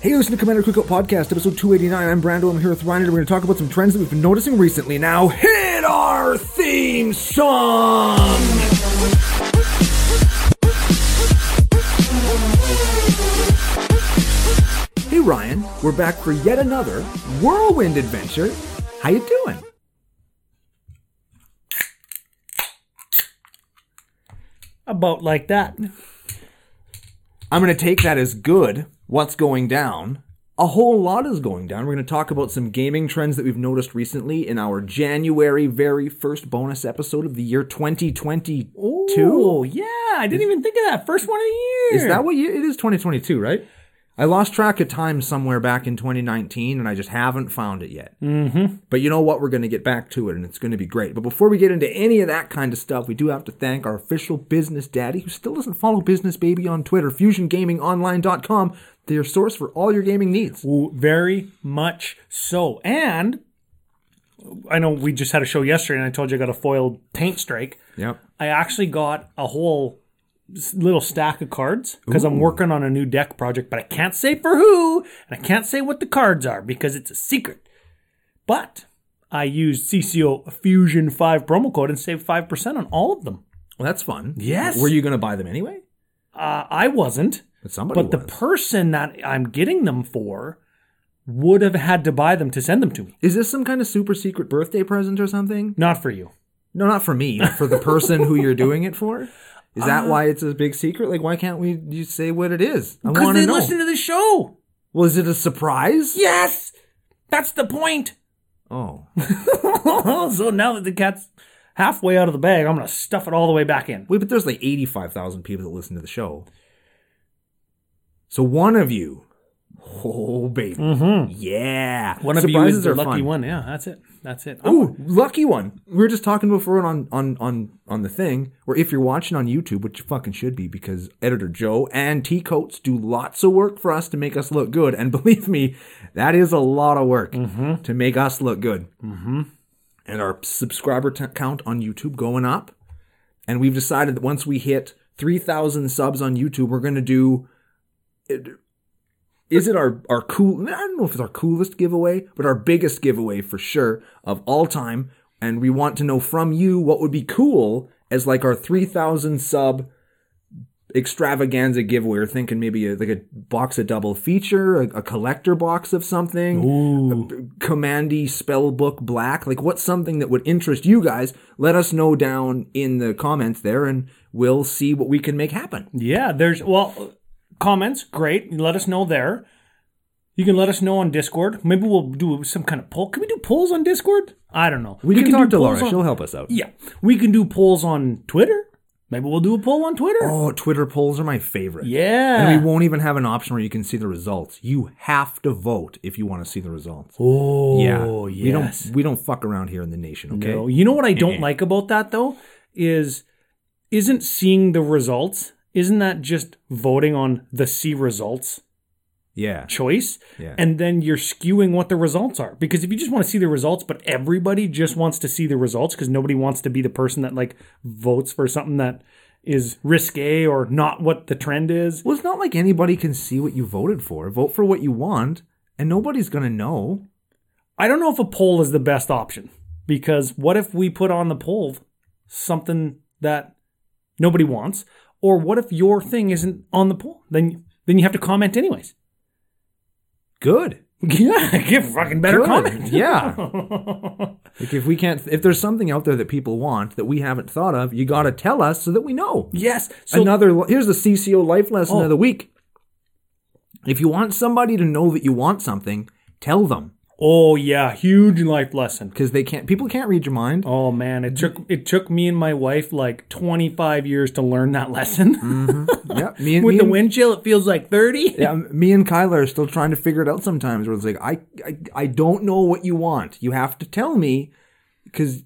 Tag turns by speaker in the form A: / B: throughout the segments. A: Hey, listen to Commander Cookout Podcast, episode 289. I'm Brando. I'm here with Ryan, and we're going to talk about some trends that we've been noticing recently. Now, hit our theme song! Hey, Ryan, we're back for yet another whirlwind adventure. How you doing?
B: About like that.
A: I'm going to take that as good. What's going down? A whole lot is going down. We're going to talk about some gaming trends that we've noticed recently in our January very first bonus episode of the year 2022.
B: Ooh, yeah. I didn't even think of that. First one of the year.
A: Is that what you, it is 2022, right? I lost track of time somewhere back in 2019 and I just haven't found it yet. Mm-hmm. But you know what? We're going to get back to it and it's going to be great. But before we get into any of that kind of stuff, we do have to thank our official business daddy who still doesn't follow Business Baby on Twitter, fusiongamingonline.com, their source for all your gaming needs.
B: Ooh, very much so. And I know we just had a show yesterday and I told you I got a foiled paint strike.
A: Yep.
B: I actually got a whole s- little stack of cards because I'm working on a new deck project, but I can't say for who and I can't say what the cards are because it's a secret. But I used CCO Fusion 5 promo code and saved 5% on all of them.
A: Well, that's fun.
B: Yes.
A: Were you going to buy them anyway?
B: Uh, I wasn't,
A: But somebody
B: but
A: was.
B: the person that I'm getting them for would have had to buy them to send them to me.
A: is this some kind of super secret birthday present or something?
B: Not for you.
A: No, not for me. For the person who you're doing it for. Is
B: Uh,
A: that why it's a big secret? Like, why can't we you say what it is? I
B: Because
A: want
B: they
A: to know.
B: listen to the show.
A: Was it a surprise?
B: Yes, that's the point.
A: Oh,
B: so now that the cat's halfway out of the bag, I'm gonna stuff it all the way back in.
A: wait, but there's like eighty-five thousand people that listen to the show. So one of you, oh baby, yeah,
B: Mm-hmm. One of you
A: Surprises
B: is the
A: are
B: lucky
A: fun.
B: one. Yeah, that's it. That's it. Oh,
A: Ooh, lucky one. We were just talking before on on on on the thing, or if you're watching on YouTube, which you fucking should be, because editor Joe and T Coats do lots of work for us to make us look good, and believe me, that is a lot of work to make us look good. Mm-hmm. And our subscriber t- count on YouTube going up, and we've decided that once we hit three thousand subs on YouTube, we're gonna do. It, is it our our cool? I don't know if it's our coolest giveaway, but our biggest giveaway for sure of all time. And we want to know from you what would be cool as like our three thousand sub extravaganza giveaway. We're thinking maybe a, like a box of double feature, a, a collector box of something, a Commandy Spellbook Black. Like what's something that would interest you guys? Let us know down in the comments there, and we'll see what we can make happen.
B: yeah. There's well, comments. Great. Let us know there. You can let us know on Discord. Maybe we'll do some kind of poll. Can we do polls on Discord? I don't know.
A: We, can, talk
B: do
A: to Laura;
B: polls on-
A: she'll help us out.
B: Yeah, we can do polls on Twitter. Maybe we'll do a poll on Twitter.
A: Oh, Twitter polls are my favorite.
B: yeah.
A: And we won't even have an option where you can see the results. You have to vote if you want to see the results.
B: Oh,
A: yeah. We
B: yes.
A: don't we don't fuck around here in the nation, okay?
B: No. You know what I don't like about that though is isn't seeing the results isn't that just voting on the see results
A: Yeah.
B: choice
A: Yeah.
B: and then you're skewing what the results are because if you just want to see the results but everybody just wants to see the results because nobody wants to be the person that like votes for something that is risque or not what the trend is
A: Well, it's not like anybody can see what you voted for. Vote for what you want, and nobody's gonna know.
B: I don't know if a poll is the best option because what if we put on the poll something that nobody wants, or what if your thing isn't on the poll? Then then you have to comment anyways.
A: Good.
B: Yeah, give fucking better
A: Good.
B: comment.
A: Yeah. like if we can't if there's something out there that people want that we haven't thought of, you gotta tell us so that we know.
B: yes. So
A: Another here's the CCO life lesson
B: Oh.
A: of the week. If you want somebody to know that you want something, tell them
B: oh yeah, huge life lesson.
A: because they can't. People can't read your mind.
B: Oh man, it took it took me and my wife like 25 years to learn that lesson.
A: Mm. Yeah, me and
B: With
A: me
B: the
A: and-
B: wind chill, it feels like 30.
A: Yeah, me and Kyler are still trying to figure it out sometimes. Where it's like, I, I, I don't know what you want. You have to tell me, because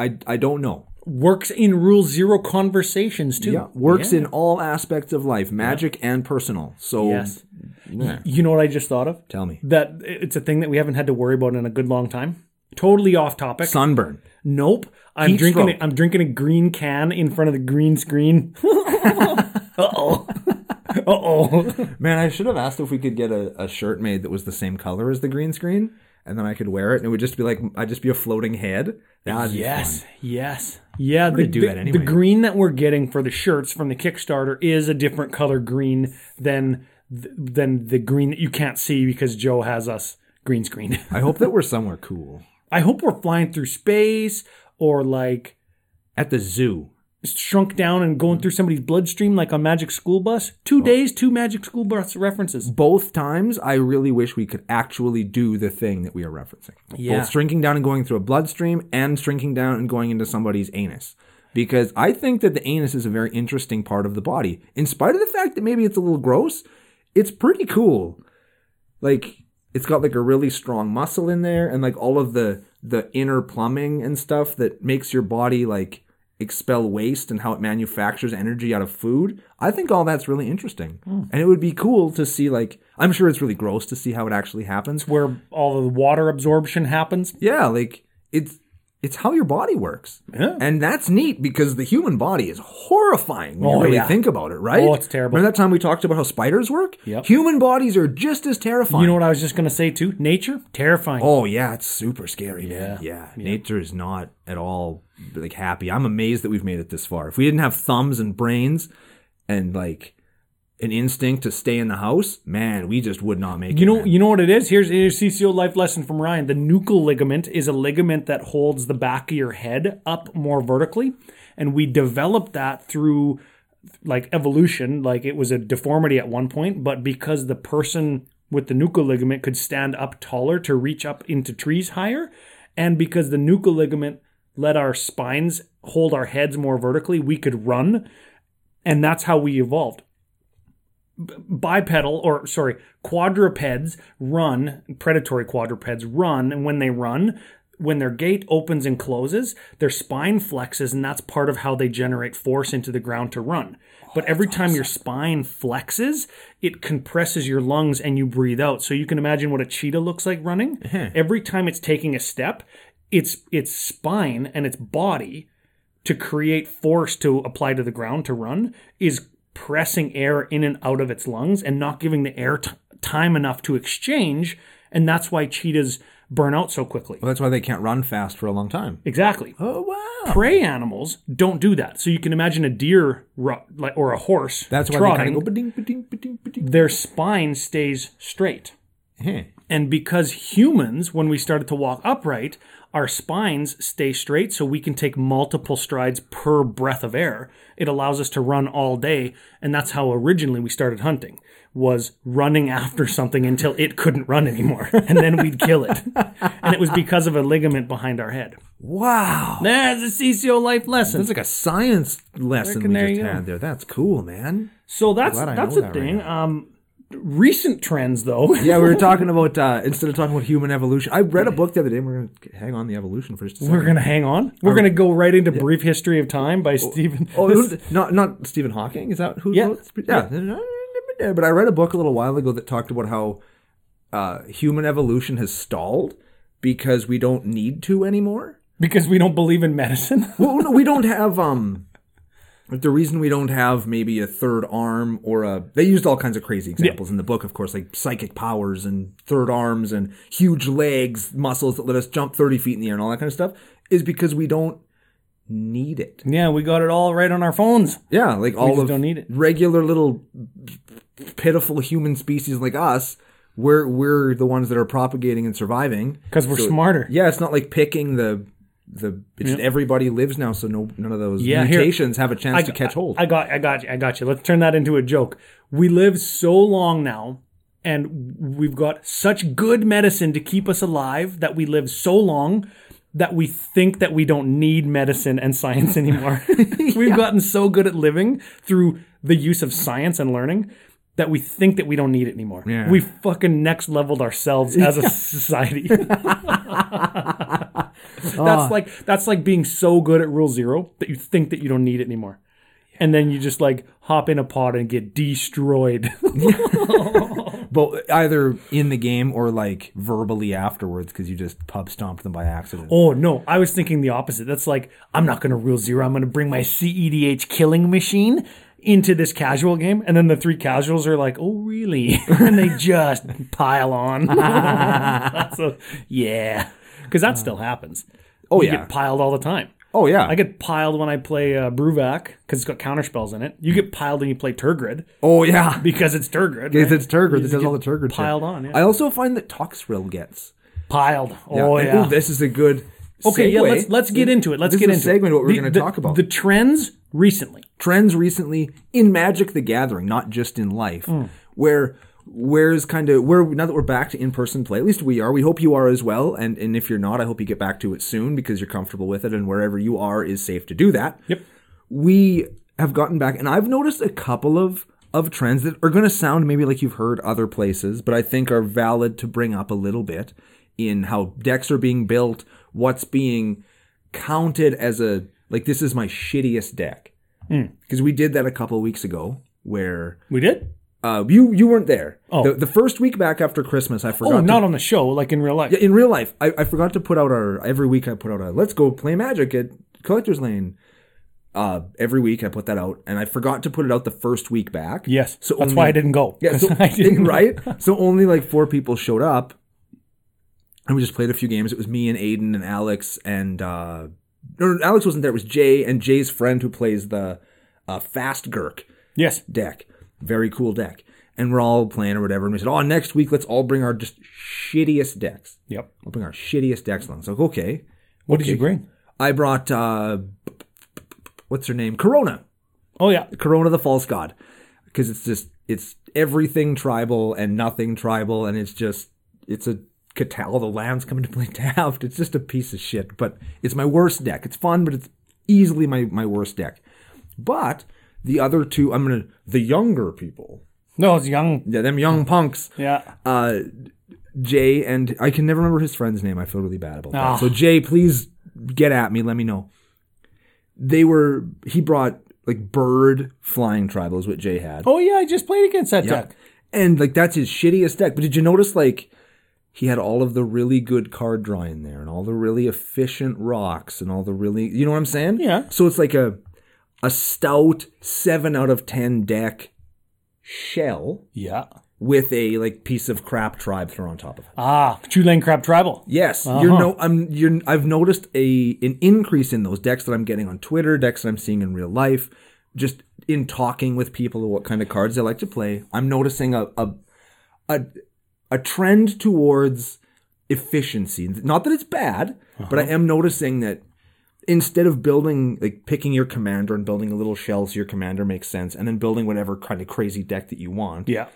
A: I, I don't know.
B: Works in rule zero conversations too.
A: Yeah, works in all aspects of life, magic and personal. So,
B: Yes.
A: yeah,
B: You know what I just thought of?
A: tell me,
B: that it's a thing that we haven't had to worry about in a good long time. Totally off topic.
A: sunburn.
B: nope. I'm
A: Heat
B: drinking.
A: stroke.
B: A, I'm drinking a green can in front of the green screen. uh oh. Uh oh.
A: Man, I should have asked if we could get a, a shirt made that was the same color as the green screen, and then I could wear it, and it would just be like I'd just be a floating head. That'd be
B: yes.
A: fun.
B: Yes. Yeah.
A: gonna
B: The,
A: do
B: the,
A: that
B: the
A: anyway.
B: green that we're getting for the shirts from the Kickstarter is a different color green than th- than the green that you can't see because Joe has us green screened.
A: I hope that we're somewhere cool
B: I hope we're flying through space or like
A: at the zoo.
B: shrunk down and going through somebody's bloodstream like on Magic School Bus. Two days, two Magic School Bus references.
A: Both times, I really wish we could actually do the thing that we are referencing.
B: Yeah.
A: Both shrinking down and going through a bloodstream, and shrinking down and going into somebody's anus. Because I think that the anus is a very interesting part of the body, in spite of the fact that maybe it's a little gross. It's pretty cool. like it's got like a really strong muscle in there and like all of the the inner plumbing and stuff that makes your body like expel waste and how it manufactures energy out of food i think all that's really interesting
B: Hmm.
A: and it would be cool to see like i'm sure it's really gross to see how it actually happens
B: Where all the water absorption happens.
A: yeah like it's it's how your body works
B: Yeah.
A: and that's neat because the human body is horrifying when
B: Oh,
A: you really
B: yeah.
A: think about it right
B: Oh, it's terrible.
A: remember that time we talked about how spiders work
B: Yep.
A: human bodies are just as terrifying
B: You know what I was just gonna say too? Nature? Terrifying.
A: Oh yeah, it's super scary, man.
B: Yeah.
A: Yeah. Nature is not at all like happy. I'm amazed that we've made it this far. If we didn't have thumbs and brains and like an instinct to stay in the house, man, we just would not make it.
B: You know,
A: man.
B: you know what it is. Here's here's CCO life lesson from Ryan. The nuchal ligament is a ligament that holds the back of your head up more vertically, and we developed that through like evolution. Like it was a deformity at one point, but because the person with the nuchal ligament could stand up taller to reach up into trees higher, and because the nuchal ligament let our spines hold our heads more vertically, we could run, and that's how we evolved bipedal or sorry quadrupeds run predatory quadrupeds run and when they run when their gait opens and closes their spine flexes and that's part of how they generate force into the ground to run but every time your spine flexes it compresses your lungs and you breathe out so you can imagine what a cheetah looks like running every time it's taking a step it's its spine and its body to create force to apply to the ground to run is pressing air in and out of its lungs and not giving the air t- time enough to exchange. And that's why cheetahs burn out so quickly.
A: well, that's why they can't run fast for a long time.
B: Exactly.
A: Oh wow.
B: Prey animals don't do that. So you can imagine a deer ru- like- or a horse
A: That's why they
B: trotting,
A: kind of go ba-ding, ba-ding, ba-ding, ba-ding.
B: their spine stays straight.
A: Huh.
B: And because humans, when we started to walk upright, our spines stay straight so we can take multiple strides per breath of air. It allows us to run all day. And that's how originally we started hunting was running after something until it couldn't run anymore. And then we'd kill it. And it was because of a ligament behind our head.
A: Wow.
B: That's a CCO life lesson.
A: That's like a science lesson
B: Reckon
A: we
B: there
A: just
B: you go.
A: had there. That's cool, man.
B: So that's
A: Glad I
B: that's
A: know
B: a
A: that right
B: thing. um recent trends though.
A: Yeah, we were talking about uh, instead of talking about human evolution. I read a book the other day. and We're gonna hang on the evolution for just a second.
B: We're gonna hang on. We're gonna go right into Brief History of Time by Stephen.
A: Oh, who- not not Stephen Hawking. Is that who?
B: Yeah.
A: wrote- yeah. But I read a book a little while ago that talked about how uh, human evolution has stalled because we don't need to anymore.
B: Because we don't believe in medicine.
A: well, no, we don't have um. The reason we don't have maybe a third arm or a they used all kinds of crazy examples in the book, of course, like psychic powers and third arms and huge legs, muscles that let us jump thirty feet in the air and all that kind of stuff, is because we don't need it.
B: yeah, we got it all right on our phones.
A: Yeah, like all
B: just
A: of
B: don't need it.
A: regular little pitiful human species like us, we're we're the ones that are propagating and surviving.
B: Because we're smarter.
A: Yeah, it's not like picking the the it's just everybody lives now, so no none of those
B: Yeah, here-
A: mutations have a chance
B: I,
A: to catch hold.
B: I got I got you. I got you. Let's turn that into a joke. We live so long now and we've got such good medicine to keep us alive that we live so long that we think that we don't need medicine and science anymore. we've gotten so good at living through the use of science and learning that we think that we don't need it anymore.
A: Yeah.
B: We fucking next leveled ourselves as a society.
A: Ah.
B: That's like that's like being so good at rule zero that you think that you don't need it anymore. And then you just like hop in a pod and get destroyed.
A: but either in the game or like verbally afterwards because you just pub stomped them by accident.
B: oh no, I was thinking the opposite. That's like I'm not gonna rule zero. I'm gonna bring my CEDH E killing machine, into this casual game, and then the three casuals are like, "Oh, really?" and they just pile on. so, yeah, because that still happens.
A: Oh,
B: you
A: yeah.
B: get piled all the time.
A: Oh yeah.
B: I get piled when I play uh, Bruvac because it's got counterspells in it. You get piled when you play Turgrid
A: oh yeah.
B: because it's Turgrid.
A: Because
B: right?
A: it's Turgrid
B: You
A: that
B: just
A: does
B: get
A: all the Turgrid
B: piled
A: shit.
B: on. Yeah.
A: I also find that Toxrill gets.
B: piled. Oh
A: and,
B: yeah.
A: this is a good.
B: okay, yeah.
A: segue.
B: Let's let's get into it. Let's
A: This
B: get
A: is a
B: into
A: segue
B: it.
A: to what we're
B: The-
A: gonna
B: the-
A: talk about.
B: The trends recently.
A: trends recently in Magic the Gathering, not just in life, where where's kind of where now that we're back to in-person play at least we are we hope you are as well and and if you're not i hope you get back to it soon because you're comfortable with it and wherever you are is safe to do that
B: Yep.
A: we have gotten back and i've noticed a couple of of trends that are going to sound maybe like you've heard other places but i think are valid to bring up a little bit in how decks are being built what's being counted as a like this is my shittiest deck because we did that a couple of weeks ago where
B: We did.
A: uh, you you weren't there
B: Oh.
A: the, the first week back after christmas i forgot
B: Oh,
A: to
B: not on the show, like in real life.
A: in real life, I, I forgot to put out our every week I put out a let's go play magic at collector's lane. Uh, every week I put that out, and I forgot to put it out the first week back.
B: Yes.
A: so
B: that's
A: only-
B: why I didn't go.
A: Yeah, so,
B: 'Cause I didn't.
A: right. So only like four people showed up, and we just played a few games. It was me and Aiden and Alex and uh, no, no, Alex wasn't there. It was Jay and Jay's friend who plays the uh, fast Girk
B: Yes.
A: deck. Very cool deck. And we're all playing or whatever. And we said, oh, next week, let's all bring our just shittiest decks.
B: Yep.
A: I'll bring our shittiest decks along. So okay,
B: What did you bring?
A: I brought uh, what's her name? Corona,
B: Oh yeah.
A: Corona the False God, because it's just it's everything tribal and nothing tribal, and it's just it's a Catal the lands coming to play Taft. It's just a piece of shit, but it's my worst deck. It's fun, but it's easily my my worst deck. But the other two, I'm gonna the younger people,
B: No, it's young.
A: yeah, them young punks.
B: Yeah.
A: uh, Jay and I can never remember his friend's name. I feel really bad about that.
B: Ah.
A: So Jay, please get at me. Let me know. They were he brought like bird flying tribal is what Jay had,
B: Oh yeah. I just played against that deck.
A: and like that's his shittiest deck. But did you notice like he had all of the really good card draw in there, and all the really efficient rocks, and all the really you know what I'm saying?
B: Yeah.
A: So it's like a a stout seven out of ten deck shell
B: Yeah.
A: with a like piece of crap tribe thrown on top of it.
B: Ah, two lane crab tribal.
A: Yes, you're no. I'm. You're. I've noticed a an increase in those decks that I'm getting on Twitter, decks that I'm seeing in real life, just in talking with people what kind of cards they like to play. I'm noticing a a a, a trend towards efficiency. Not that it's bad, but I am noticing that instead of building like picking your commander and building a little shell so your commander makes sense, and then building whatever kind of crazy deck that you want,
B: Yeah.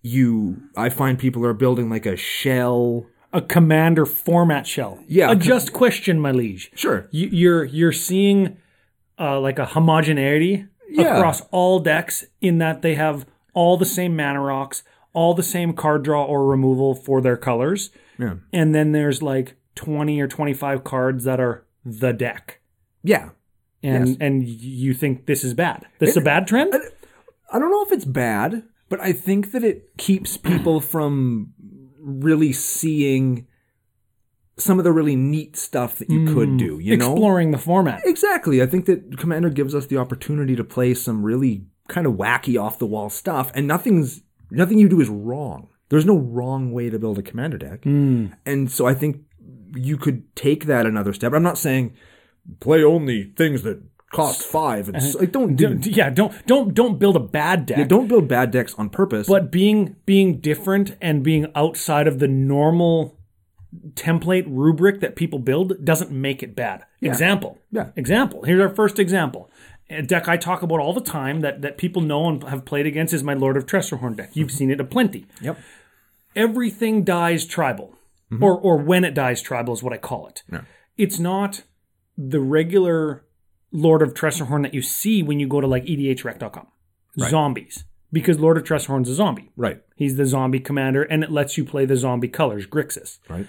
A: you I find people are building like a shell.
B: A commander format shell.
A: Yeah.
B: A just question, my liege.
A: Sure.
B: you, you're you're seeing uh, like a homogeneity
A: Yeah.
B: across all decks in that they have all the same mana rocks, all the same card draw or removal for their colors,
A: Yeah.
B: and then there's like 20 or 25 cards that are the deck.
A: Yeah.
B: And
A: Yes.
B: and you think this is bad? This is a bad trend?
A: I don't know if it's bad, but I think that it keeps people from really seeing some of the really neat stuff that you could do, you know?
B: Exploring the format.
A: Exactly. I think that Commander gives us the opportunity to play some really kind of wacky off the wall stuff and nothing's nothing you do is wrong. There's no wrong way to build a commander deck. And so I think you could take that another step. I'm not saying play only things that cost 5 and s- like don't do
B: Don't- yeah, don't don't don't build a bad deck.
A: don't build bad decks on purpose.
B: but being being different and being outside of the normal template rubric that people build doesn't make it bad. Example.
A: Yeah.
B: Example. Here's our first example. A deck I talk about all the time that, that people know and have played against is my Lord of Tressorhorn deck. You've seen it aplenty.
A: Yep.
B: Everything dies tribal. Or or when it dies tribal is what I call it. It's not the regular Lord of Tressorhorn that you see when you go to like E edhrec.com. Zombies. Because Lord of Tressorhorn's a zombie.
A: Right.
B: He's the zombie commander, and it lets you play the zombie colors, Grixis.
A: Right.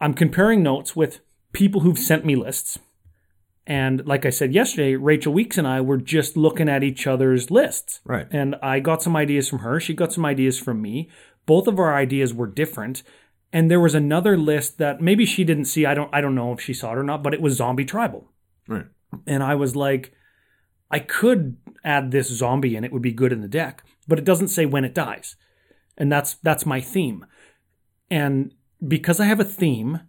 B: I'm comparing notes with people who've sent me lists. And like I said yesterday, Rachel Weeks and I were just looking at each other's lists.
A: Right.
B: And I got some ideas from her. She got some ideas from me. Both of our ideas were different. And there was another list that maybe she didn't see. I don't I don't know if she saw it or not, but it was zombie tribal.
A: Right.
B: And I was like, I could add this zombie and it would be good in the deck, but it doesn't say when it dies. And that's that's my theme. And because I have a theme,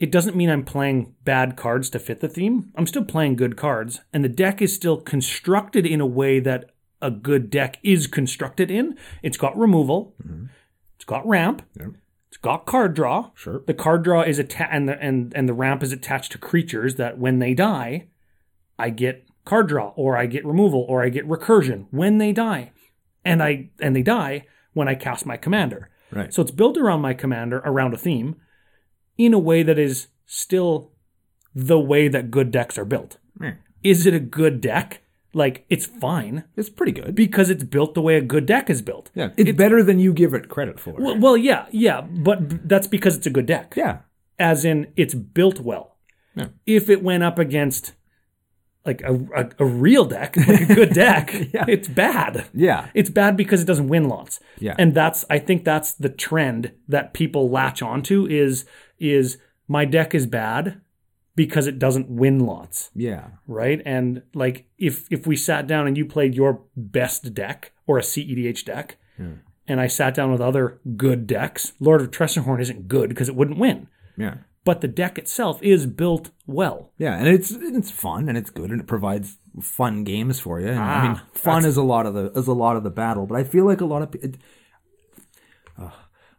B: it doesn't mean I'm playing bad cards to fit the theme. I'm still playing good cards, and the deck is still constructed in a way that a good deck is constructed in. It's got removal, it's got ramp,
A: Yep.
B: it's got card draw.
A: Sure.
B: The card draw is attached, and the and and the ramp is attached to creatures that when they die, I get card draw, or I get removal, or I get recursion when they die, and I and they die when I cast my commander.
A: Right.
B: So it's built around my commander, around a theme, in a way that is still the way that good decks are built.
A: Meh.
B: Is it a good deck? Like, it's fine
A: It's pretty good.
B: because it's built the way a good deck is built.
A: Yeah. It's, better than you give it credit for.
B: Well, well yeah, yeah, but b- that's because it's a good deck.
A: yeah.
B: As in, it's built well.
A: Yeah.
B: If it went up against like a, a, a real deck, like a good deck, it's bad.
A: Yeah.
B: It's bad because it doesn't win lots.
A: Yeah.
B: And that's I think that's the trend that people latch onto is is my deck is bad because it doesn't win lots,
A: Yeah.
B: right? And like if if we sat down and you played your best deck or a CEDH deck
A: Hmm.
B: and I sat down with other good decks, Lord of Tressorhorn isn't good because it wouldn't win.
A: Yeah.
B: But the deck itself is built well.
A: Yeah, and it's it's fun and it's good and it provides fun games for you. And, I mean,
B: Ah,
A: fun is a lot of the is a lot of the battle, but I feel like a lot of pe- it, Ugh,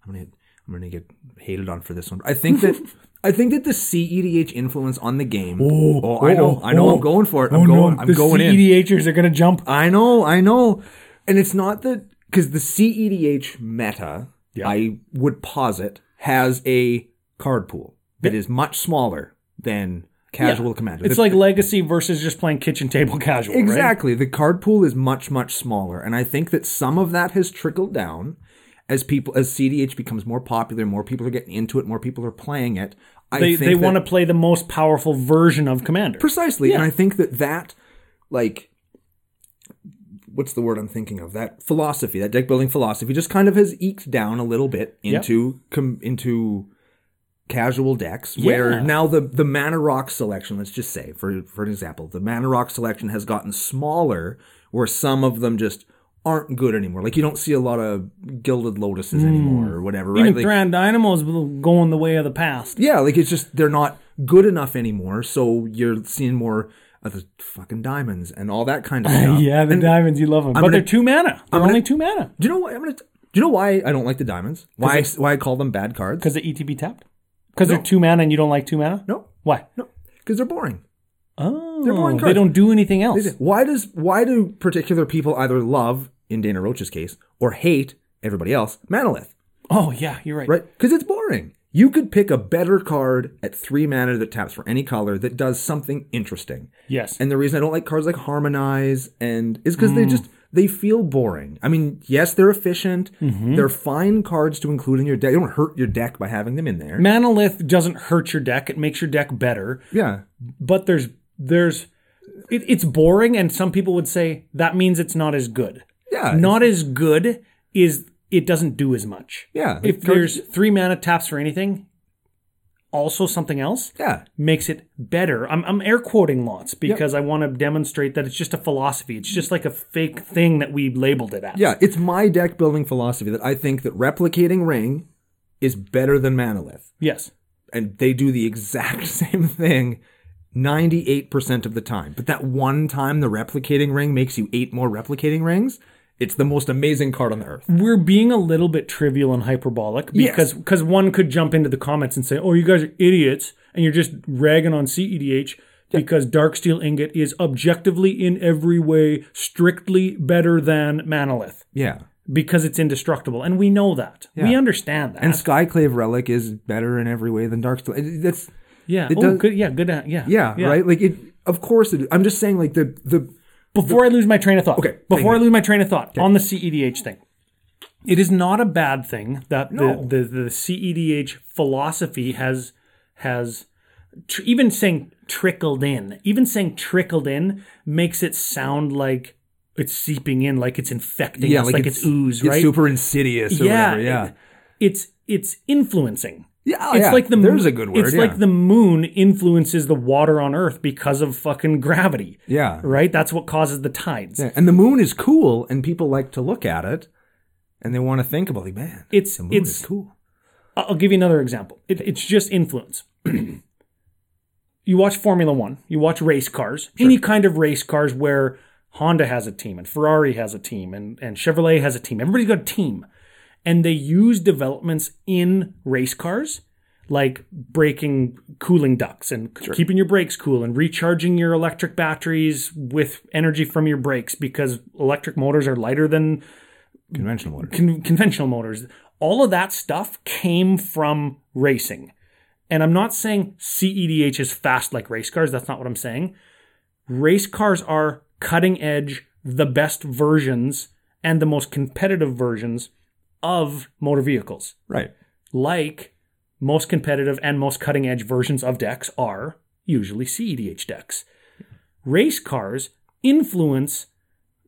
A: I'm gonna I'm gonna get hated on for this one. I think that I think that the CEDH influence on the game. Oh, I know, I know, I'm going for it. I'm going, I'm
B: Oh, the
A: going in.
B: CEDHers are going to jump.
A: I know, I know. And it's not that because the CEDH meta,
B: Yeah.
A: I would posit, has a card pool that is much smaller than casual
B: Yeah.
A: commander.
B: It's
A: The-
B: like legacy versus just playing kitchen table casual. right?
A: exactly the card pool is much much smaller, and I think that some of that has trickled down as people as CEDH becomes more popular, more people are getting into it, more people are playing it. I
B: They,
A: think
B: they
A: that-
B: want to play the most powerful version of Commander.
A: precisely and i think that that like what's the word i'm thinking of that philosophy that deck building philosophy just kind of has eked down a little bit
B: Yep.
A: into com, into casual decks where
B: Yeah.
A: now the the mana rock selection let's just say for for an example the mana rock selection has gotten smaller where some of them just aren't good anymore like you don't see a lot of gilded lotuses anymore or whatever right
B: Hmm. Even
A: Like-
B: Thran Dynamo's going the way of the past.
A: yeah, like it's just they're not good enough anymore. So you're seeing more of the fucking diamonds and all that kind of stuff.
B: Yeah, the diamonds, you love them. but
A: gonna-
B: they're two mana. They're only two mana.
A: Do you know why? I'm gonna. Do you know why I don't like the diamonds? Why I, s- why I call them bad cards?
B: Because the ETB E tapped? Because they're two mana and you don't like two mana?
A: No,
B: Why?
A: no, because they're boring.
B: Oh,
A: They're boring
B: They
A: cards.
B: don't do anything else.
A: Why does why do particular people either love in Dana Roach's case or hate everybody else Manolith?
B: Oh, yeah, you're right.
A: Right? Because it's boring. You could pick a better card at three mana that taps for any color that does something interesting.
B: Yes.
A: And the reason I don't like cards like Harmonize and is because they just they feel boring. I mean, yes, they're efficient. They're fine cards to include in your deck. They don't hurt your deck by having them in there.
B: Manolith doesn't hurt your deck. It makes your deck better.
A: yeah.
B: But there's, there's, it, it's boring. And some people would say that means it's not as good.
A: Yeah.
B: not as good is it doesn't do as much.
A: Yeah,
B: If
A: it goes-
B: there's three mana taps for anything, also something else
A: Yeah.
B: makes it better. I'm, I'm air quoting lots because I want to demonstrate that it's just a philosophy. It's just like a fake thing that we labeled it as.
A: Yeah. It's my deck building philosophy that I think that replicating Ring is better than Manolith.
B: Yes.
A: And they do the exact same thing 98% of the time. But that one time the replicating ring makes you eight more replicating rings, it's the most amazing card on the earth.
B: We're being a little bit trivial and hyperbolic because because one could jump into the comments and say, "Oh, you guys are idiots and you're just ragging on CEDH." Because Darksteel Ingot is objectively in every way strictly better than Manolith.
A: Yeah.
B: because it's indestructible, and we know that. We understand that.
A: And Skyclave Relic is better in every way than Darksteel. It- That's
B: yeah.
A: it
B: oh,
A: does-
B: good. Yeah. Good. uh, Yeah.
A: yeah, right. Like it. Of course, it, I'm just saying. Like the the
B: Before I lose my train of thought.
A: Okay,
B: Before I lose my train of thought on the CEDH thing, it is not a bad thing that
A: No.
B: the, the the CEDH philosophy has has tr- even saying trickled in, even saying trickled in makes it sound like it's seeping in, like it's infecting
A: yeah,
B: us, like, it's, ooze, right?
A: super insidious or whatever. Yeah,
B: it- it's it's influencing.
A: Yeah, oh,
B: It's
A: yeah.
B: like the
A: there's
B: mo-
A: a good word.
B: It's
A: yeah.
B: like the moon influences the water on Earth because of fucking gravity.
A: Yeah.
B: Right? That's what causes the tides.
A: Yeah, and the moon is cool, and people like to look at it, and they want to think about it. Man,
B: It's-
A: the moon
B: it's-
A: is cool.
B: I- I'll give you another example. It, it's just influence. you watch Formula One, you watch race cars, any kind of race cars where Honda has a team and Ferrari has a team and, and Chevrolet has a team. Everybody's got a team. And they use developments in race cars like breaking cooling ducts and c- keeping your brakes cool and recharging your electric batteries with energy from your brakes because electric motors are lighter than
A: Conventional motor.
B: con- conventional motors. All of that stuff came from racing. And I'm not saying CEDH is fast like race cars. That's not what I'm saying. Race cars are cutting edge, the best versions and the most competitive versions of motor vehicles.
A: Right.
B: Like most competitive and most cutting edge versions of decks are usually CEDH decks. Race cars influence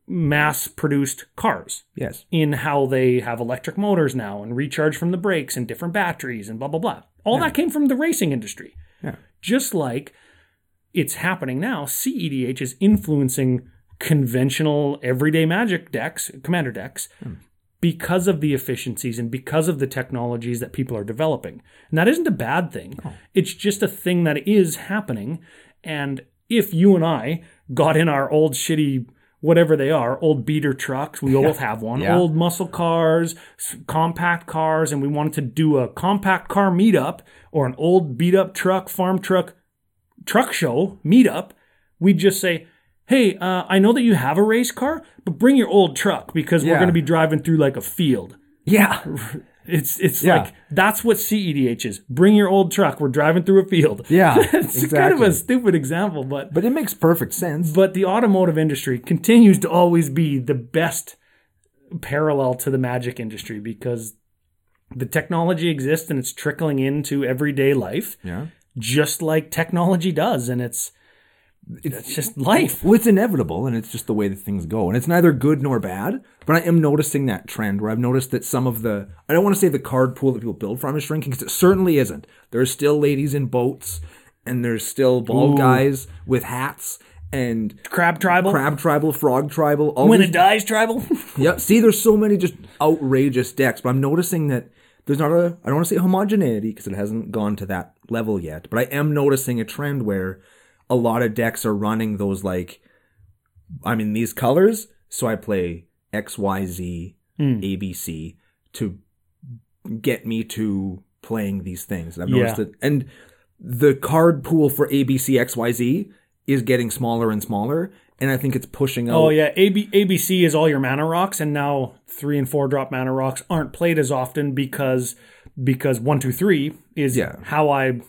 B: mass produced cars
A: Yes.
B: in how they have electric motors now and recharge from the brakes and different batteries and blah blah blah. All that came from the racing industry.
A: Yeah.
B: Just like it's happening now, CEDH is influencing conventional everyday magic decks, commander decks
A: Hmm.
B: because of the efficiencies and because of the technologies that people are developing. And that isn't a bad thing.
A: Oh.
B: It's just a thing that is happening and if you and I got in our old shitty whatever they are, old beater trucks, we both have one,
A: Yeah.
B: old muscle cars, s- compact cars, and we wanted to do a compact car meetup or an old beat up truck, farm truck, truck show meetup, we'd just say, Hey, uh, I know that you have a race car, but bring your old truck because we're
A: Yeah.
B: going to be driving through like a field.
A: Yeah.
B: It's it's
A: Yeah.
B: like that's what CEDH is. Bring your old truck. We're driving through a field.
A: Yeah,
B: it's kind of
A: exactly.
B: a stupid example, but
A: But it makes perfect sense.
B: but the automotive industry continues to always be the best parallel to the magic industry because the technology exists and it's trickling into everyday life
A: Yeah.
B: just like technology does and it's it's just life
A: Well, it's inevitable, and it's just the way that things go. And it's neither good nor bad, but I am noticing that trend where I've noticed that some of the, I don't want to say the card pool that people build from is shrinking, because it certainly isn't. There's still ladies in boats, and there's still bald guys with hats, and
B: crab tribal
A: crab tribal, frog tribal. All
B: when
A: these-
B: it dies tribal
A: Yep. See, there's so many just outrageous decks, but I'm noticing that there's not a, I don't want to say homogeneity because it hasn't gone to that level yet, but I am noticing a trend where a lot of decks are running those like, I'm in these colors, so I play X, Y, Z,
B: Hmm.
A: A, B, C to get me to playing these things. And I've noticed
B: Yeah.
A: that, and the card pool for A, B, C, X, Y, Z is getting smaller and smaller. And I think it's pushing out.
B: oh yeah AB, abc is all your mana rocks and now three and four drop mana rocks aren't played as often because because one two three is
A: Yeah.
B: how i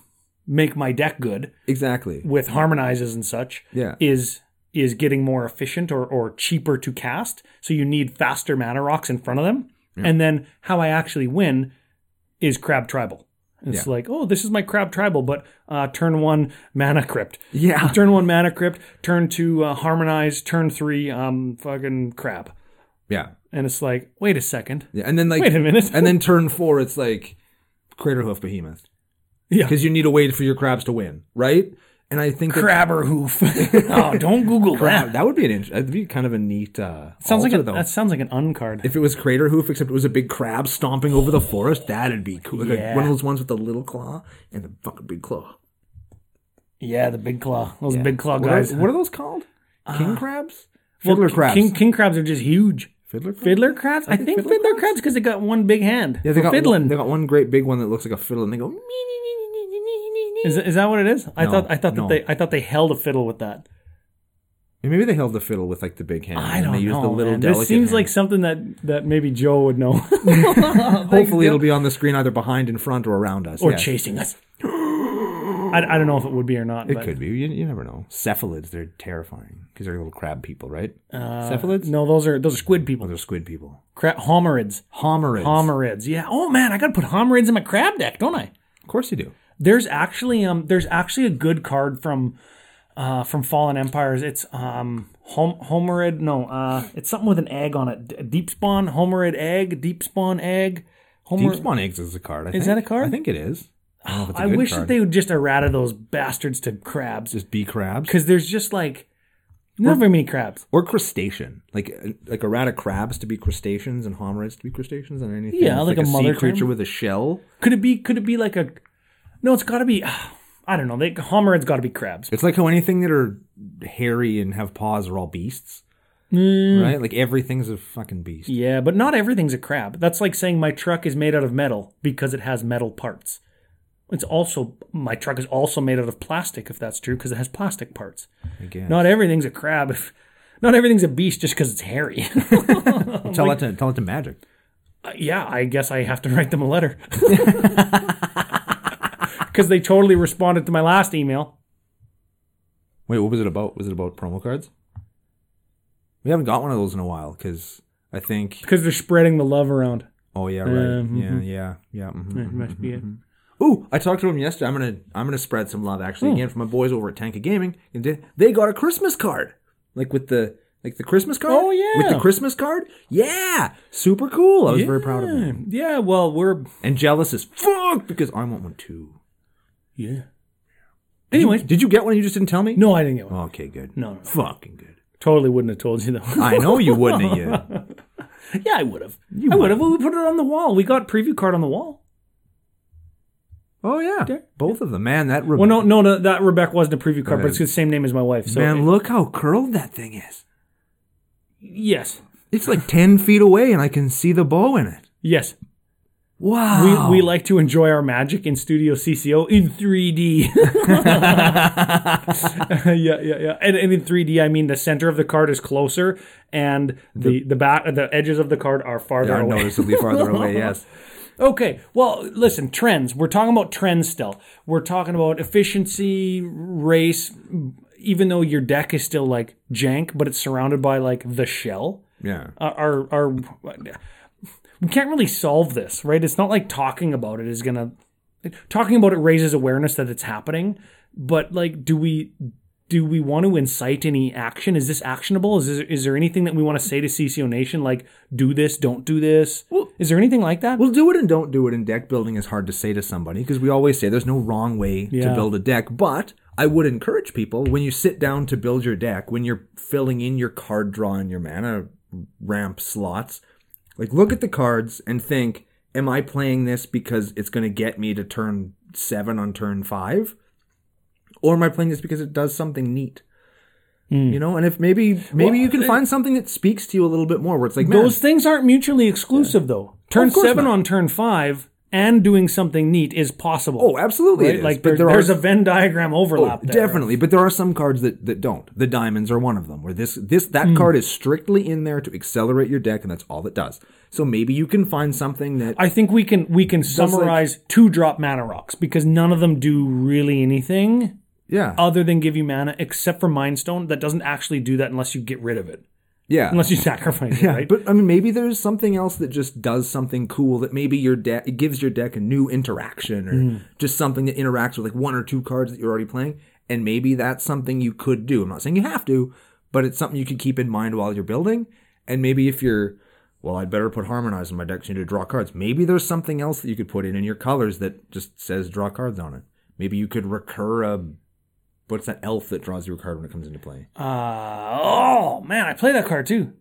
B: make my deck good
A: Exactly.
B: with harmonizes and such
A: Yeah.
B: is is getting more efficient or, or cheaper to cast. So you need faster mana rocks in front of them. And then how I actually win is crab tribal. It's like, oh, this is my crab tribal, but uh, turn one mana crypt.
A: Yeah.
B: Turn one mana crypt. Turn two uh, harmonize. Turn three um fucking crab.
A: Yeah.
B: And it's like, wait a second.
A: Yeah, and then like
B: Wait a minute.
A: and then turn four, it's like crater hoof behemoth.
B: Yeah.
A: because you need a way for your crabs to win, right? And I think that,
B: Crabber hoof. oh, don't Google
A: Wow,
B: that.
A: that would be an int- that'd be kind of a neat. Uh,
B: Sounds like
A: altar,
B: a,
A: though.
B: that sounds like an uncard.
A: if it was crater hoof, except it was a big crab stomping over the forest, that'd be cool. Like
B: Yeah.
A: one of those ones with the little claw and the fucking big claw.
B: yeah, the big claw. Those big claw
A: What are,
B: guys.
A: what are those called? King crabs, fiddler crabs,
B: King king crabs are just huge.
A: fiddler, crabs?
B: Fiddler crabs? I, think fiddler, crabs because they got one big hand.
A: Yeah, they got
B: fiddling.
A: One, they got one great big one that looks like a fiddle, and they go.
B: is, is that what it is? I
A: No,
B: thought I thought
A: no.
B: that they I thought they held a fiddle with that.
A: Maybe they held the fiddle with like the big hand.
B: I
A: and
B: don't
A: they used
B: know.
A: The little
B: man. This
A: delicate
B: seems
A: hand.
B: like something that that maybe Joe would know
A: Hopefully, it'll be on the screen either behind, in front, or around us.
B: or
A: Yeah.
B: chasing us. I, I don't know if it would be or not.
A: It
B: but,
A: could be. You, you never know. Cephalids, they're terrifying because they're little crab people, right? Uh, Cephalids?
B: No, those are those are squid
A: Oh,
B: people.
A: they're squid people.
B: Crab homerids.
A: Homerids.
B: Homerids. Yeah. Oh man, I gotta put homerids in my crab deck, don't I?
A: of course you do.
B: There's actually um there's actually a good card from uh from Fallen Empires. It's um hom- Homerid no uh it's something with an egg on it. D- deep spawn Homerid egg, deep spawn egg. Homer
A: Deep spawn eggs is a card. I
B: Is
A: think.
B: that a card?
A: I think it is. I don't know if it's a
B: I
A: good
B: wish
A: card.
B: that they would just errata those bastards to crabs
A: just be crabs
B: because there's just like not very many crabs.
A: or crustacean, like uh, like errata crabs to be crustaceans and hominids to be crustaceans and anything.
B: Yeah,
A: that's
B: like a mother
A: sea creature
B: crab.
A: with a shell.
B: Could it be? Could it be like a? No, it's got to be. I don't know. They, hominid's got to be crabs.
A: It's like how anything that are hairy and have paws are all beasts, right? Like everything's a fucking beast.
B: Mm. Yeah, but not everything's a crab. That's like saying my truck is made out of metal because it has metal parts. It's also my truck is also made out of plastic if that's true because it has plastic parts.
A: Again,
B: Not everything's a crab if not everything's a beast just because it's hairy.
A: tell that to tell it to magic.
B: Uh, yeah, I guess I have to write them a letter. Because they totally responded to my last email.
A: Wait, what was it about? Was it about promo cards? We haven't got one of those in a while because I think.
B: Because they're spreading the love around.
A: Oh yeah, right.
B: mm-hmm.
A: Yeah, yeah, yeah. mhm.
B: That must be it.
A: Ooh, I talked to him yesterday. I'm gonna I'm gonna spread some love
B: Oh.
A: actually again for my boys over at Tanka Gaming. And they- They got a Christmas card, like with the like the Christmas card.
B: Oh, yeah.
A: with the Christmas card. Yeah, super cool. I was very proud of
B: Yeah,
A: them
B: Yeah, well, we're.
A: and jealous as fuck because I want one too.
B: Yeah.
A: Anyways, did you get one? and You just didn't tell me. Oh,
B: No, I didn't get one.
A: Okay, good.
B: No, no.
A: Fucking good.
B: Totally wouldn't have told you, though.
A: I know you wouldn't have. You.
B: yeah, I would have. I would have. We put it on the wall. We got preview card on the wall.
A: Oh yeah, both of them. Man, that re-
B: Well, no, no, no that Rebecca wasn't a preview card, but it's the same name as my wife. So,
A: man, look how curled that thing is.
B: yes.
A: It's like ten feet away, and I can see the bow in it.
B: Yes.
A: Wow.
B: We, we like to enjoy our magic in Studio CCO in 3D. yeah, yeah, yeah. And, and in 3D, I mean the center of the card is closer, and the the back the edges of the card are farther
A: are
B: away.
A: noticeably farther away. Yes.
B: Okay, well, listen, trends. We're talking about trends still. We're talking about efficiency, race. Even though your deck is still like jank, but it's surrounded by like the shell
A: Yeah.
B: our our we can't really solve this, right? It's not like talking about it is gonna talking about it raises awareness that it's happening, but like, do we do we want to incite any action? Is this actionable? Is there, is there anything that we want to say to CCO Nation like do this, don't do this? is there anything like that?
A: Well, do it and don't do it in deck building is hard to say to somebody because we always say there's no wrong way to
B: Yeah.
A: build a deck. But I would encourage people when you sit down to build your deck, when you're filling in your card draw and your mana ramp slots, like look at the cards and think, am I playing this because it's going to get me to turn seven on turn five? Or am I playing this because it does something neat?
B: Hmm.
A: You know, and if maybe maybe you can find something that speaks to you a little bit more, where it's like, man,
B: Those things aren't mutually exclusive though. Turn
A: Of course
B: seven
A: not.
B: on turn five and doing something neat is possible.
A: oh, absolutely, it
B: Right?
A: is,
B: Like
A: but
B: there,
A: there are
B: there's a Venn diagram overlap there.
A: Oh, Definitely, but there are some cards that, that don't. The diamonds are one of them. Where this this
B: Hmm.
A: that card is strictly in there to accelerate your deck, and that's all it does. So maybe you can find something that
B: I think we can we can summarize two drop mana rocks because none of them do really anything
A: yeah
B: other than give you mana except for Mind Stone that doesn't actually do that unless you get rid of it
A: yeah.
B: unless you sacrifice it
A: yeah,
B: right
A: but I mean, maybe there's something else that just does something cool that maybe your deck it gives your deck a new interaction or just something that interacts with like one or two cards that you're already playing, and maybe that's something you could do. I'm not saying you have to, but it's something you could keep in mind while you're building, and maybe if you're well, I'd better put Harmonize in my deck so I need to draw cards. Maybe there's something else that you could put in in your colors that just says draw cards on it. Maybe you could recur a what's that elf that draws you a card when it comes into play?
B: uh, oh man I play that card too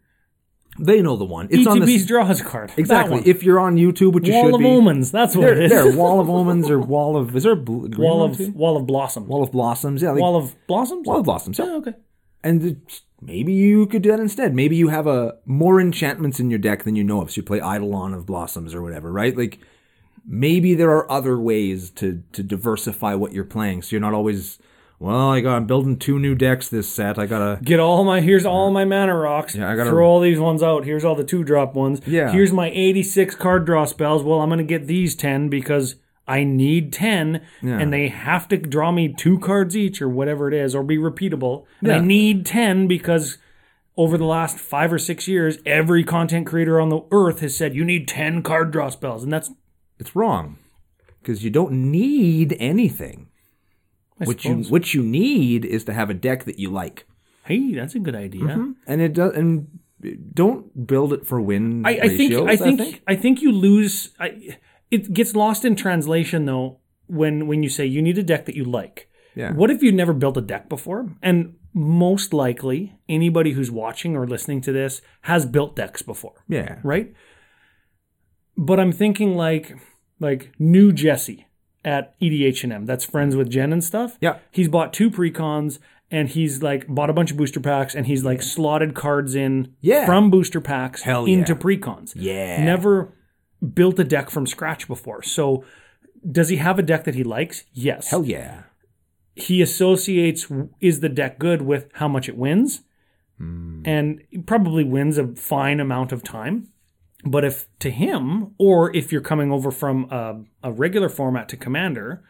A: They know the one. It's on
B: ETB's
A: the
B: draws a card that
A: exactly.
B: one.
A: If you're on YouTube, which you
B: Wall
A: should
B: of
A: be,
B: Omens that's what
A: There,
B: it
A: there,
B: is
A: wall of omens or wall of is there a bl- green
B: Wall
A: one
B: of
A: too?
B: Wall of Blossom
A: wall of blossoms? Yeah, like,
B: Wall of Blossoms
A: wall of blossoms.
B: Oh,
A: Yeah,
B: okay
A: and it's- maybe you could do that instead. Maybe you have a more enchantments in your deck than you know of. So you play Eidolon of Blossoms or whatever, right? Like maybe there are other ways to to diversify what you're playing, so you're not always. Well, I got I'm building two new decks this set. I gotta
B: Get all my here's all my mana rocks.
A: Yeah, I gotta-
B: throw all these ones out. Here's all the two drop ones.
A: Yeah.
B: Here's my 86 card draw spells. Well, I'm gonna get these 10 because I need 10,
A: Yeah.
B: and they have to draw me two cards each or whatever it is, or be repeatable. And I
A: Yeah.
B: need 10 because over the last five or six years, every content creator on the earth has said you need 10 card draw spells, and that's
A: it's wrong because you don't need anything.
B: I
A: What you
B: suppose-
A: what you need is to have a deck that you like.
B: Hey, that's a good idea.
A: and it does and don't build it for win
B: I, I think
A: ratios,
B: I think I think you lose. I, it gets lost in translation though when when you say you need a deck that you like.
A: Yeah.
B: What if you never built a deck before? And most likely, anybody who's watching or listening to this has built decks before,
A: Yeah.
B: right? But I'm thinking like like new Jesse at E EDH&M that's friends with Jen and stuff.
A: Yeah.
B: He's bought two precons and he's like bought a bunch of booster packs and he's like slotted cards in
A: Yeah.
B: from booster packs
A: Hell
B: into
A: yeah.
B: precons
A: Yeah.
B: never built a deck from scratch before. So does he have a deck that he likes? Yes.
A: Hell yeah.
B: He associates is the deck good with how much it wins?
A: Hmm.
B: And it probably wins a fine amount of time. But if to him, or if you're coming over from a, a regular format to Commander,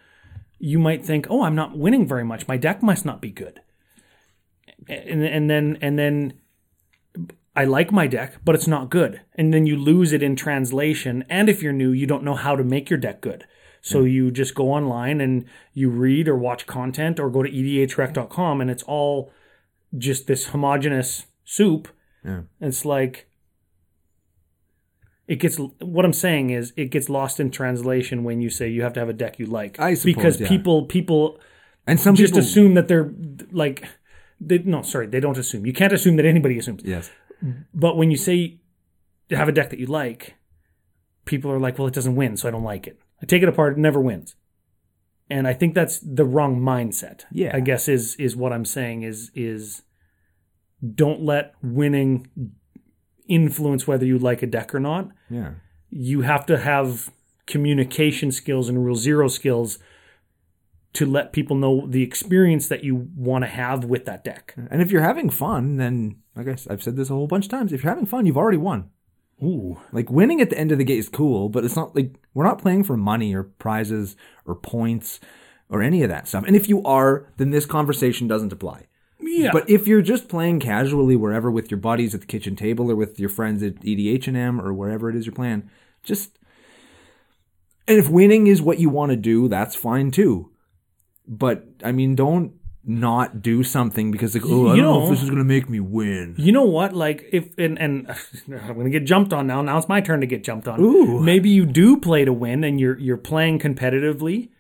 B: you might think, "Oh, I'm not winning very much. My deck must not be good." And, and then and then I like my deck, but it's not good. And then you lose it in translation. And if you're new, you don't know how to make your deck good. So you just go online and you read or watch content or go to E edhrec.com and it's all just this homogenous soup.
A: Yeah.
B: It's like it gets what I'm saying is it gets lost in translation when you say you have to have a deck you like.
A: I suppose,
B: because
A: yeah.
B: people people
A: And some
B: just
A: people
B: assume that they're like they, no, sorry, they don't assume. You can't assume that anybody assumes.
A: Yes.
B: But when you say you have a deck that you like, people are like, well, it doesn't win, so I don't like it. I take it apart, it never wins. And I think that's the wrong mindset.
A: Yeah.
B: I guess is is what I'm saying is is don't let winning influence whether you like a deck or not.
A: Yeah.
B: You have to have communication skills and rule zero skills to let people know the experience that you want to have with that deck.
A: And if you're having fun, then I guess I've said this a whole bunch of times. If you're having fun, you've already won.
B: Ooh.
A: Like winning at the end of the gate is cool, but it's not like we're not playing for money or prizes or points or any of that stuff. And if you are, then this conversation doesn't apply.
B: Yeah.
A: But if you're just playing casually wherever with your buddies at the kitchen table or with your friends at E EDH&M or wherever it is you're playing, just and if winning is what you want to do, that's fine too. But I mean, don't not do something because like, oh, I
B: You
A: don't know,
B: know-
A: if this is gonna make me win.
B: You know what? Like if and and I'm gonna get jumped on now. Now it's my turn to get jumped on.
A: Ooh.
B: Maybe you do play to win, and you're you're playing competitively.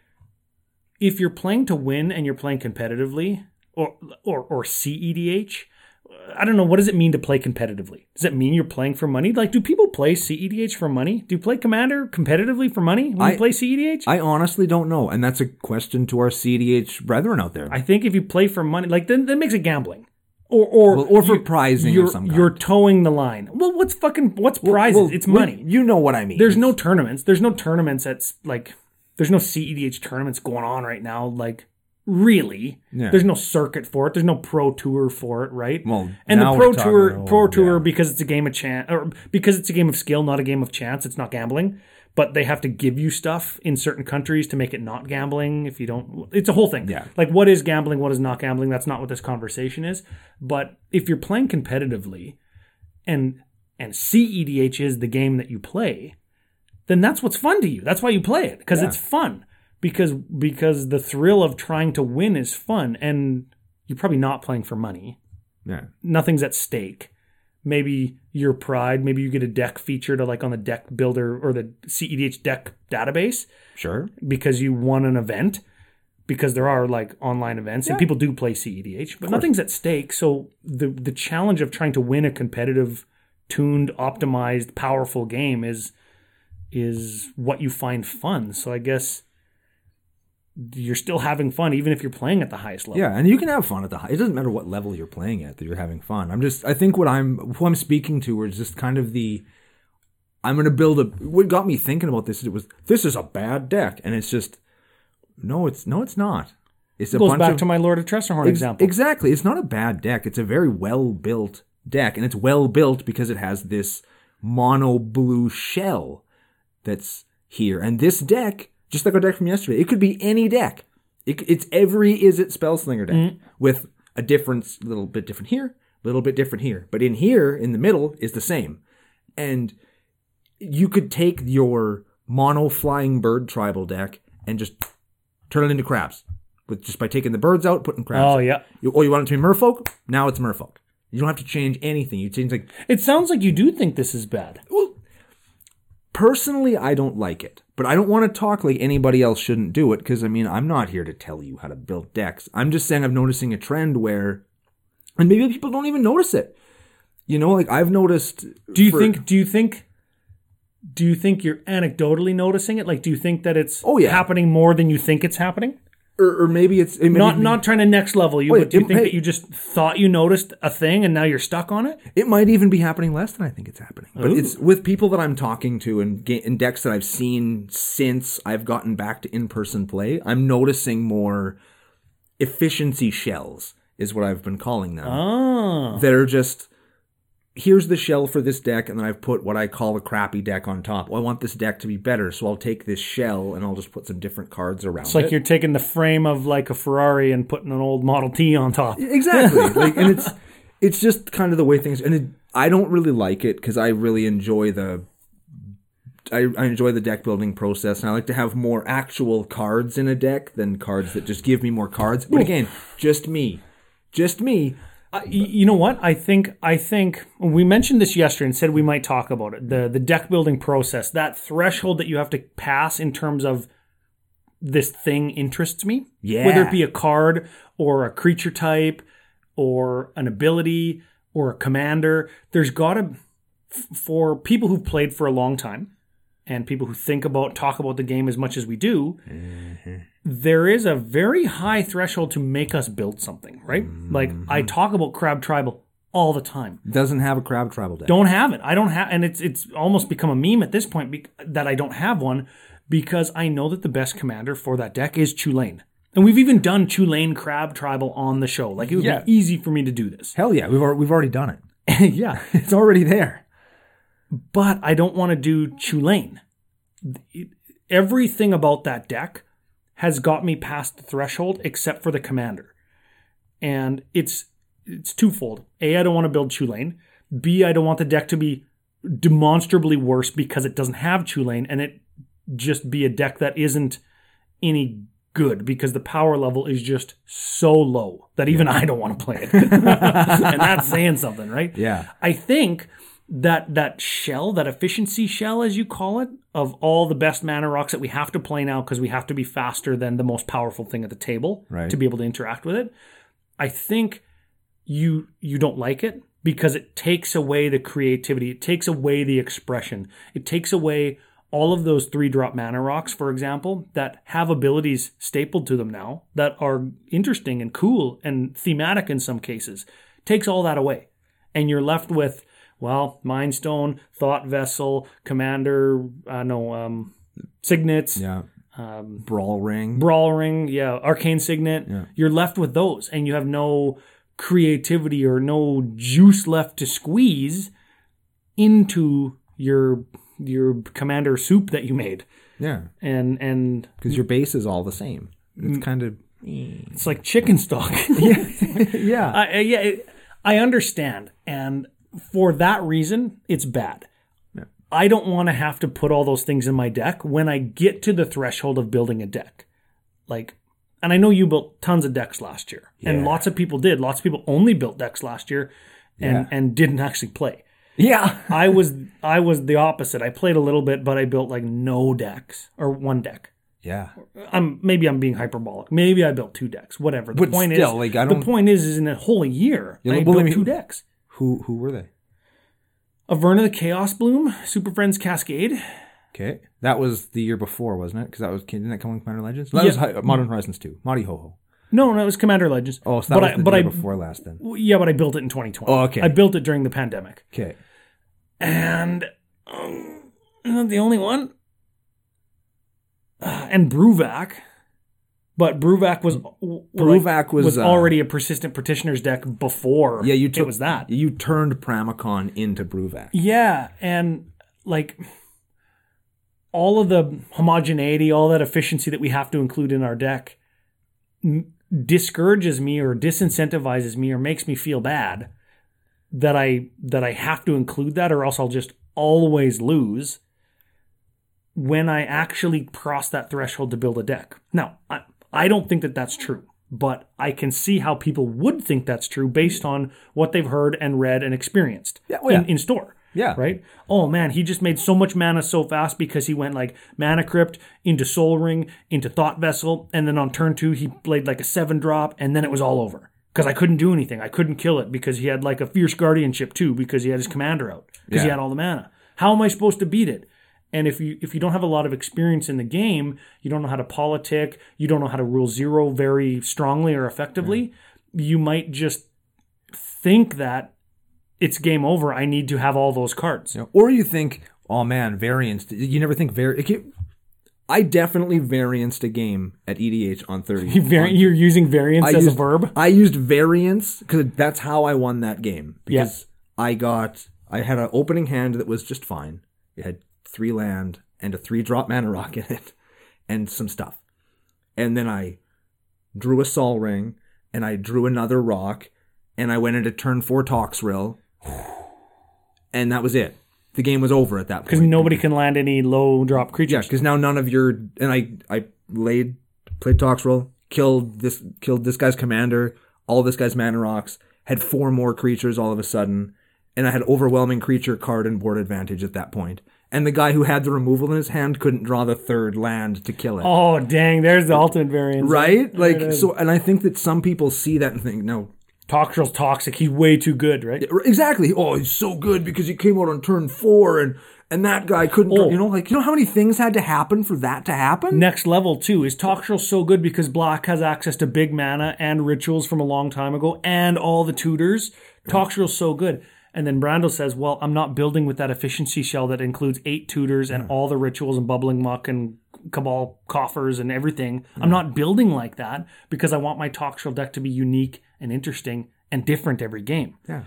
B: If you're playing to win and you're playing competitively, or or or CEDH, I don't know what does it mean to play competitively. Does it mean you're playing for money? Like, do people play CEDH for money? Do you play Commander competitively for money when
A: I-
B: you play E CEDH?
A: I honestly don't know, and that's a question to our CDH brethren out there.
B: I think if you play for money, like then that makes it gambling, or or
A: Well, or for prizing of
B: you're,
A: some kind.
B: You're towing the line. Well, what's fucking what's prizes?
A: Well,
B: it's
A: we-
B: money.
A: You know what I mean.
B: There's no tournaments. There's no tournaments at like. There's no CEDH tournaments going on right now. Like really,
A: Yeah.
B: there's no circuit for it. There's no pro tour for it, right?
A: Well,
B: and the
A: now
B: pro
A: we're talking-
B: tour,
A: oh,
B: pro tour,
A: yeah.
B: because it's a game of chance, or because it's a game of skill, not a game of chance. It's not gambling, but they have to give you stuff in certain countries to make it not gambling. If you don't, it's a whole thing.
A: Yeah.
B: Like what is gambling? What is not gambling? That's not what this conversation is. But if you're playing competitively, and and CEDH is the game that you play, then that's what's fun to you. That's why you play it because
A: Yeah.
B: it's fun. Because because the thrill of trying to win is fun, and you're probably not playing for money.
A: yeah.
B: Nothing's at stake. Maybe your pride. Maybe you get a deck feature to like on the deck builder or the CEDH deck database
A: Sure.
B: because you won an event. Because there are like online events and people do play CEDH, but nothing's at stake. So the the challenge of trying to win a competitive, tuned, optimized, powerful game is is what you find fun. So I guess you're still having fun even if you're playing at the highest level.
A: Yeah, and you can have fun at the high. It doesn't matter what level you're playing at that you're having fun. I'm just I think what I'm who I'm speaking to is just kind of the I'm going to build a what got me thinking about this is it was this is a bad deck and it's just no it's no it's not. It's a
B: It goes
A: bunch
B: back
A: of
B: to my Lord of Tressorhorn
A: Ex-
B: example.
A: Exactly. It's not a bad deck. It's a very well built deck, and it's well built because it has this mono blue shell that's here. And this deck, just like our deck from yesterday, it could be any deck. It, c- it's every is it spellslinger deck
B: Mm.
A: with a difference, a little bit different here, a little bit different here. But in here, in the middle, is the same. And you could take your mono flying bird tribal deck and just turn it into crabs with just by taking the birds out, putting crabs.
B: oh yeah.
A: You, oh, you want it to be merfolk? Now it's merfolk. You don't have to change anything. You change like
B: It sounds like you do think this is bad.
A: well, Personally, I don't like it, but I don't want to talk like anybody else shouldn't do it because I mean, I'm not here to tell you how to build decks. I'm just saying I'm noticing a trend where, and maybe people don't even notice it. You know, like I've noticed.
B: Do you
A: for-
B: think? Do you think? Do you think you're anecdotally noticing it? Like, do you think that it's
A: Oh, yeah.
B: happening more than you think it's happening?
A: or, or maybe it's it may
B: Not
A: be-
B: not trying to next level you,
A: Wait,
B: but do you
A: it
B: think
A: may-
B: that you just thought you noticed a thing and now you're stuck on it?
A: It might even be happening less than I think it's happening. But it's with people that I'm talking to and, ga- and decks that I've seen since I've gotten back to in person play, I'm noticing more efficiency shells, is what I've been calling them.
B: Oh,
A: That are just here's the shell for this deck, and then I've put what I call a crappy deck on top. Well, I want this deck to be better, so I'll take this shell and I'll just put some different cards around
B: it's like
A: it.
B: you're taking the frame of like a Ferrari and putting an old Model T on top.
A: Exactly. like, and it's it's just kind of the way things. And it, I don't really like it because I really enjoy the. I, I enjoy the deck building process, and I like to have more actual cards in a deck than cards that just give me more cards. But again, just me, just me.
B: I- y- you know what? I think I think we mentioned this yesterday and said we might talk about it. The the deck building process, that threshold that you have to pass in terms of this thing interests me.
A: Yeah.
B: Whether it be a card or a creature type or an ability or a commander, there's got to for people who've played for a long time and people who think about talk about the game as much as we do there is a very high threshold to make us build something right like i talk about crab tribal all the time
A: Doesn't have a crab tribal deck.
B: don't have it i don't have and it's it's almost become a meme at this point bec that i don't have one because i know that the best commander for that deck is chulane and we've even done chulane crab tribal on the show like it would
A: Yeah.
B: be easy for me to do this
A: Hell yeah, we've already, we've already done it.
B: yeah
A: It's already there.
B: but I don't want to do Tulane. Everything about that deck has got me past the threshold except for the commander. And it's it's twofold. A, I don't want to build Tulane. B, I don't want the deck to be demonstrably worse because it doesn't have Tulane and it just be a deck that isn't any good because the power level is just so low that even I don't want to play it. and that's saying something, right?
A: Yeah.
B: I think that that shell, that efficiency shell, as you call it, of all the best mana rocks that we have to play now because we have to be faster than the most powerful thing at the table
A: Right.
B: to be able to interact with it. I think you you don't like it because it takes away the creativity, it takes away the expression, it takes away all of those three drop mana rocks, for example, that have abilities stapled to them now that are interesting and cool and thematic in some cases, takes all that away and you're left with well mind stone thought vessel commander i know um signets
A: Yeah. Um, Brawl ring.
B: brawl ring yeah arcane signet you're left with those and you have no creativity or no juice left to squeeze into your your commander soup that you made
A: yeah,
B: and and
A: because your base is all the same. It's kind of
B: it's like chicken stock
A: yeah.
B: I, I- yeah, it, I understand, and for that reason, it's bad. I don't want to have to put all those things in my deck when I get to the threshold of building a deck. Like, and I know you built tons of decks last year, and
A: Yeah.
B: lots of people did. Lots of people only built decks last year, and and didn't actually play.
A: yeah.
B: I was I was the opposite. I played a little bit, but I built like no decks or one deck.
A: Yeah.
B: I'm maybe I'm being hyperbolic. Maybe I built two decks. Whatever. The
A: But
B: point is,
A: still, like, I don't-
B: the point is, is in a whole year
A: Yeah,
B: I
A: well, I
B: built
A: mean-
B: two decks.
A: Who who were they?
B: Averna the Chaos Bloom, Super Friends Cascade.
A: Okay, that was the year before, wasn't it? Because that was didn't that come with Commander Legends? That
B: Yeah.
A: was Hi- Modern Horizons two. Modi ho ho.
B: No, no, it was Commander Legends.
A: Oh, so that
B: but
A: was
B: I,
A: the
B: but
A: year
B: I,
A: before last then.
B: yeah, but I built it in 2020.
A: Oh, okay.
B: I built it during the pandemic,
A: Okay,
B: and um, I'm not the only one. Uh, and Bruvac, but Bruvac was
A: Bruvac was,
B: was
A: uh,
B: already a persistent petitioners deck before.
A: yeah, you took
B: it was that.
A: you turned Pramicon into Bruvac.
B: Yeah, and like all of the homogeneity, all that efficiency that we have to include in our deck n- discourages me or disincentivizes me or makes me feel bad that I that I have to include that or else I'll just always lose when I actually cross that threshold to build a deck. Now, I, I don't think that that's true, but I can see how people would think that's true based on what they've heard and read and experienced
A: Yeah, well,
B: in,
A: yeah.
B: in store.
A: Yeah.
B: Right? Oh man, he just made so much mana so fast because he went like mana crypt into soul ring into thought vessel, and then on turn two he played like a seven drop, and then it was all over. Because I couldn't do anything. I couldn't kill it because he had like a fierce guardianship too, because he had his commander out. Because he
A: Yeah.
B: had all the mana. How am I supposed to beat it? And if you if you don't have a lot of experience in the game, you don't know how to politic, you don't know how to rule zero very strongly or effectively, you might just think that it's game over. I need to have all those cards.
A: You know, or you think, oh man, variance. You never think var. it can- I definitely varianced a game at EDH on thirty.
B: You vari- you're using variance
A: I
B: as
A: used-
B: a verb.
A: I used variance because that's how I won that game. Because I got I had an opening hand that was just fine. It had three land and a three drop mana rock in it, and some stuff. And then I drew a Sol Ring, and I drew another rock, and I went into turn four Toxrill, and that was it. The game was over at that point.
B: Because nobody can land any low drop
A: Yeah,
B: creatures.
A: because now none of your and I I laid played Toxrill, killed this killed this guy's commander, all this guy's mana rocks, had four more creatures all of a sudden, and I had overwhelming creature card and board advantage at that point. And the guy who had the removal in his hand couldn't draw the third land to kill it.
B: Oh dang, there's the ultimate variance.
A: right? Like so and I think that some people see that and think, no,
B: Toxril's toxic. He's way too good, right?
A: exactly. Oh, he's so good because he came out on turn 4 and and that guy couldn't, draw-"
B: Oh.
A: you know, like you know how many things had to happen for that to happen?
B: Next level too is Toxtril so good because Black has access to big mana and rituals from a long time ago and all the tutors. Toxtril's so good. And then Brando says, "Well, I'm not building with that efficiency shell that includes eight tutors
A: Hmm.
B: and all the rituals and bubbling muck and cabal coffers and everything.
A: Hmm.
B: I'm not building like that because I want my Toxtril deck to be unique and interesting and different every game."
A: Yeah.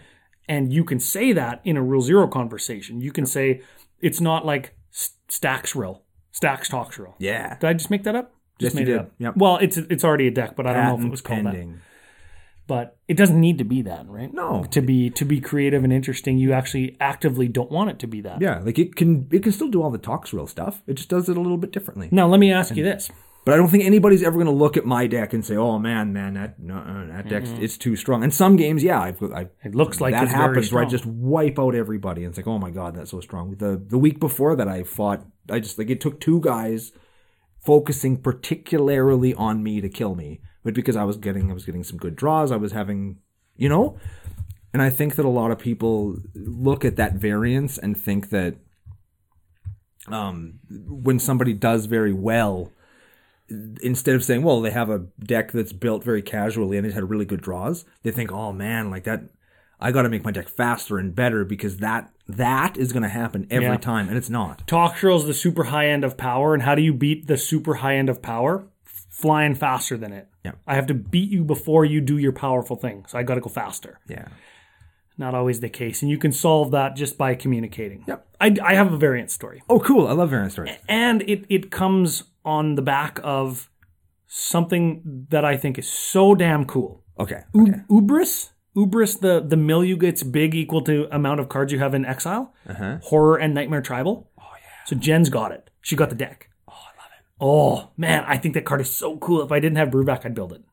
B: And you can say that in a real zero conversation. You can say it's not like S- Stacks Rill, Stacks Toxtril.
A: Yeah.
B: Did I just make that up?
A: Yes,
B: Just
A: you
B: made
A: did.
B: it up.
A: Yep.
B: Well, it's it's already a deck, but I don't know if it
A: Patent
B: was called that.
A: pending.
B: But it doesn't need to be that, right?
A: No.
B: To be to be creative and interesting, you actually actively don't want it to be that.
A: Yeah, like it can it can still do all the Toxrill stuff. It just does it a little bit differently.
B: Now let me ask you this.
A: But I don't think anybody's ever going to look at my deck and say, "Oh man, man, that no, uh, that deck's it's too strong." And some games, yeah, I've, I've
B: It looks like
A: that
B: it's very
A: happens where I
B: strong.
A: just wipe out everybody, and it's like, "Oh my god, that's so strong." The the week before that, I fought. I just like it took two guys focusing particularly on me to kill me, but because I was getting I was getting some good draws, I was having, you know, and I think that a lot of people look at that variance and think that um, when somebody does very well, instead of saying, well, they have a deck that's built very casually and it had really good draws, they think, oh man, like that, I got to make my deck faster and better because that that is going to happen every
B: Yeah.
A: time, and it's not.
B: Toxtril is the super high end of power, and how do you beat the super high end of power? F- Flying faster than it.
A: Yeah.
B: I have to beat you before you do your powerful thing, so I got to go faster.
A: Yeah,
B: Not always the case, and you can solve that just by communicating.
A: Yep.
B: I, I have a variant story.
A: Oh, cool! I love variant stories.
B: and it it comes on the back of something that I think is so damn cool.
A: Okay,
B: U- Ubris, Ubris, the the mill you get's big equal to amount of cards you have in exile.
A: Uh-huh.
B: Horror and Nightmare Tribal. Oh yeah. So Jen's got it. She got the deck. Oh, I love it. Oh man, I think that card is so cool. If I didn't have Brewback, I'd build it,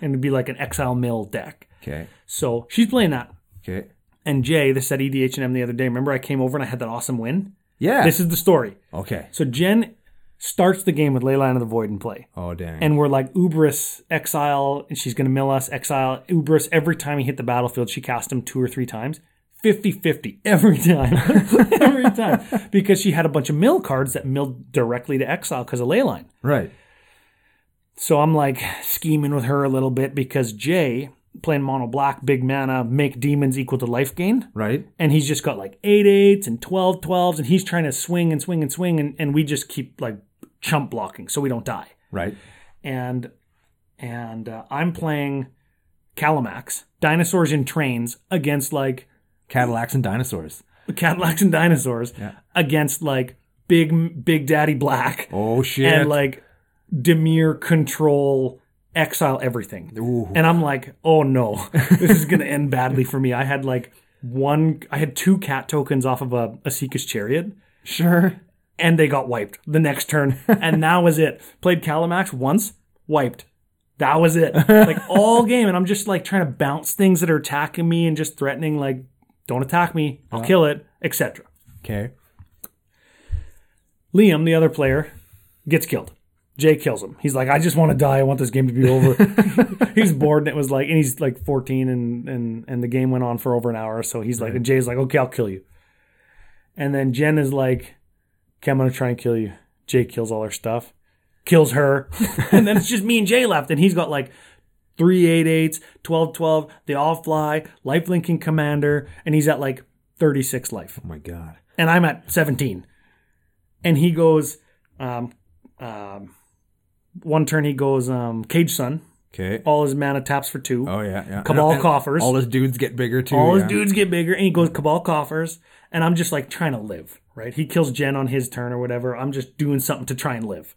B: and it'd be like an exile mill deck.
A: okay,
B: So she's playing that.
A: okay.
B: And Jay, this at EDH and M the other day. Remember, I came over and I had that awesome win.
A: Yeah.
B: This is the story.
A: okay.
B: So Jen starts the game with Leyline of the Void in play.
A: Oh dang.
B: And we're like, Ubris, exile, and she's going to mill us, exile. Ubris, every time he hit the battlefield, she cast him two or three times. 50 50 every time. every time. Because she had a bunch of mill cards that milled directly to exile because of Leyline.
A: right.
B: So I'm like scheming with her a little bit because Jay, playing mono black, big mana, make demons equal to life gain
A: Right.
B: and he's just got like eight eights and 12 12s and he's trying to swing and swing and swing and, and we just keep like chump blocking so we don't die
A: Right.
B: and and uh, i'm playing calamax dinosaurs in trains against like
A: Cadillacs and dinosaurs.
B: cadillacs and dinosaurs against like big big daddy black
A: Oh shit.
B: and like demir control exile everything
A: Ooh.
B: and i'm like oh no this is gonna end badly for me i had like one i had two cat tokens off of a, a Seeker's chariot
A: Sure.
B: and they got wiped the next turn and that was it played calamax once wiped that was it like all game and i'm just like trying to bounce things that are attacking me and just threatening like Don't attack me. I'll kill it, etc.
A: Okay.
B: Liam, the other player, gets killed. Jay kills him. He's like, I just want to die. I want this game to be over. he's bored, and it was like, and he's like 14, and and and the game went on for over an hour. So he's like, and Jay's like, okay, I'll kill you. And then Jen is like, okay, I'm gonna try and kill you. Jay kills all her stuff, kills her, and then it's just me and Jay left, and he's got like. 388s, 1212, they all fly, lifelink and commander, and he's at like 36 life
A: Oh my god.
B: and I'm at 17. And he goes, um, um, one turn he goes um, Cage Sun.
A: Okay.
B: All his mana taps for two.
A: Oh yeah, yeah.
B: Cabal
A: And- and
B: coffers.
A: All his dudes get bigger too.
B: All his
A: yeah.
B: dudes get bigger, and he goes Cabal coffers. And I'm just like trying to live, right? He kills Jen on his turn or whatever. I'm just doing something to try and live.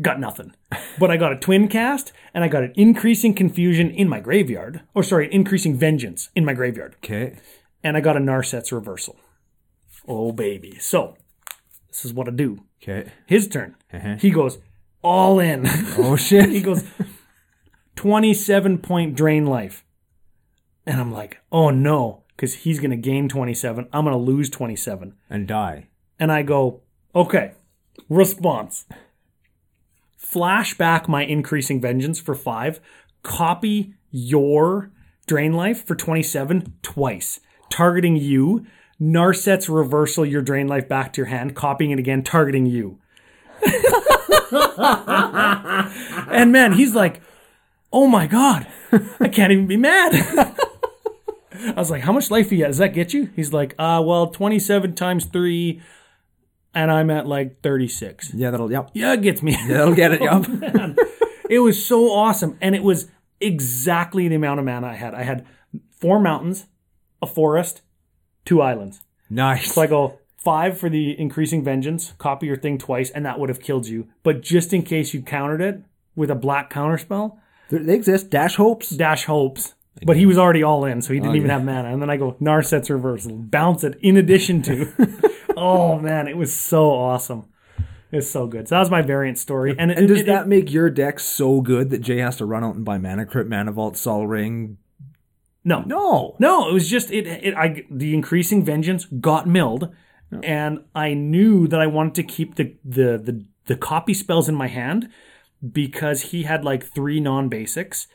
B: Got nothing. But I got a twin cast, and I got an increasing confusion in my graveyard. Or sorry, increasing vengeance in my graveyard
A: Okay.
B: and I got a Narset's reversal. Oh baby. So this is what I do.
A: Okay.
B: His turn. He goes all in.
A: Oh shit.
B: he goes 27 point drain life. And I'm like, oh no, because he's gonna gain 27. I'm gonna lose 27.
A: and die.
B: And I go, okay, response. Flash back my increasing vengeance for five. Copy your drain life for 27 twice, targeting you. Narset's reversal your drain life back to your hand, copying it again, targeting you. and man, he's like, oh my God, I can't even be mad. I was like, "How much life do you got? Does that get you?" He's like, "Uh, well, twenty-seven times three, and I'm at like thirty-six.
A: Yeah, that'll. Yep.
B: Yeah, it gets me.
A: That'll get it. Yep.
B: it was so awesome, and it was exactly the amount of mana I had. I had four mountains, a forest, two islands.
A: nice.
B: So I go five for the increasing vengeance. Copy your thing twice, and that would have killed you. But just in case you countered it with a black counter spell,
A: There- they exist. Dash hopes.
B: dash hopes. But he was already all in, so he
A: Oh,
B: didn't even have mana. And then I go Narset's reversal, bounce it in addition to. oh man, it was so awesome. It's so good. So that was my variant story. And, it,
A: And does
B: it-
A: that make your deck so good that Jay has to run out and buy Mana Crypt, Mana Vault, Sol Ring?
B: no, no,
A: No.
B: no, it was just it. it I the increasing vengeance got milled, and I knew that I wanted to keep the the the the copy spells in my hand because he had like three non basics,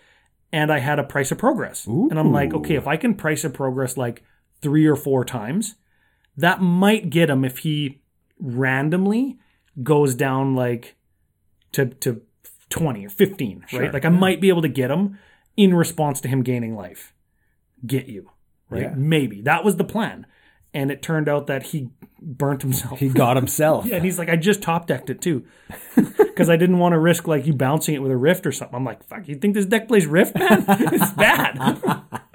B: and I had a price of progress. And I'm like, okay, if I can price of progress like three or four times, that might get him if he randomly goes down like to to 20 or 15, right? Like I might be able to get him in response to him gaining life. Get you, right?
A: Yeah.
B: Maybe. That was the plan. And it turned out that he burnt himself.
A: He got himself.
B: Yeah, and he's like, I just top decked it too, because I didn't want to risk like you bouncing it with a rift or something. I'm like, fuck, you think this deck plays rift, man? it's bad.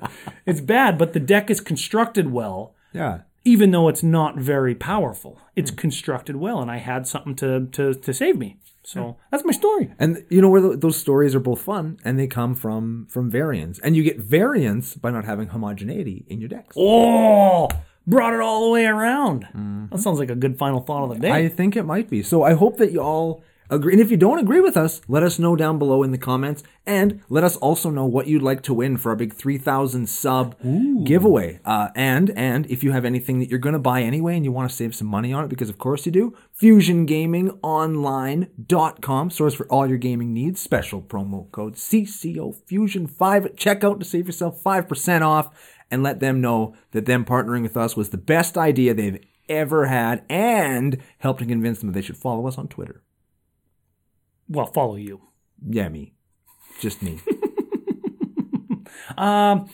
B: it's bad, but the deck is constructed well,
A: yeah.
B: even though it's not very powerful. It's
A: Hmm.
B: constructed well, and I had something to to to save me.
A: Hmm.
B: So that's my story.
A: And you know where tho- those stories are both fun, and they come from from variants, and you get variants by not having homogeneity in your decks.
B: Oh, brought it all the way around. That sounds like a good final thought of the day.
A: Hmm. I think it might be. So I hope that you all agree. And if you don't agree with us, let us know down below in the comments, and let us also know what you'd like to win for our big three thousand sub giveaway. Uh, and and if you have anything that you're going to buy anyway, and you want to save some money on it, because of course you do. FusionGamingOnline.com source for all your gaming needs. Special promo code CCO Fusion five at checkout to save yourself five percent off. And let them know that them partnering with us was the best idea they've ever had and helped to convince them that they should follow us on Twitter.
B: well, follow you.
A: Yeah, me. Just me.
B: Um,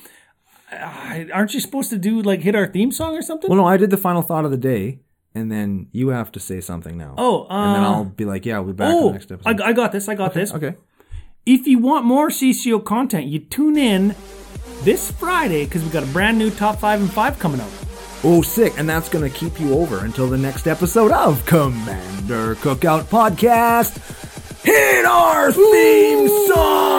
B: I, aren't you supposed to do like hit our theme song or something?
A: well, no, I did the final thought of the day, and then you have to say something now.
B: Oh,
A: and then
B: uh,
A: I'll be like, yeah, we'll be back in the
B: Oh,
A: next
B: I,
A: episode.
B: I got this. I got this.
A: okay.
B: If you want more CCO content, you tune in this Friday because we got a brand new top five and five coming up.
A: Oh, sick. And that's going to keep you over until the next episode of Commander Cookout Podcast. Hit our theme song!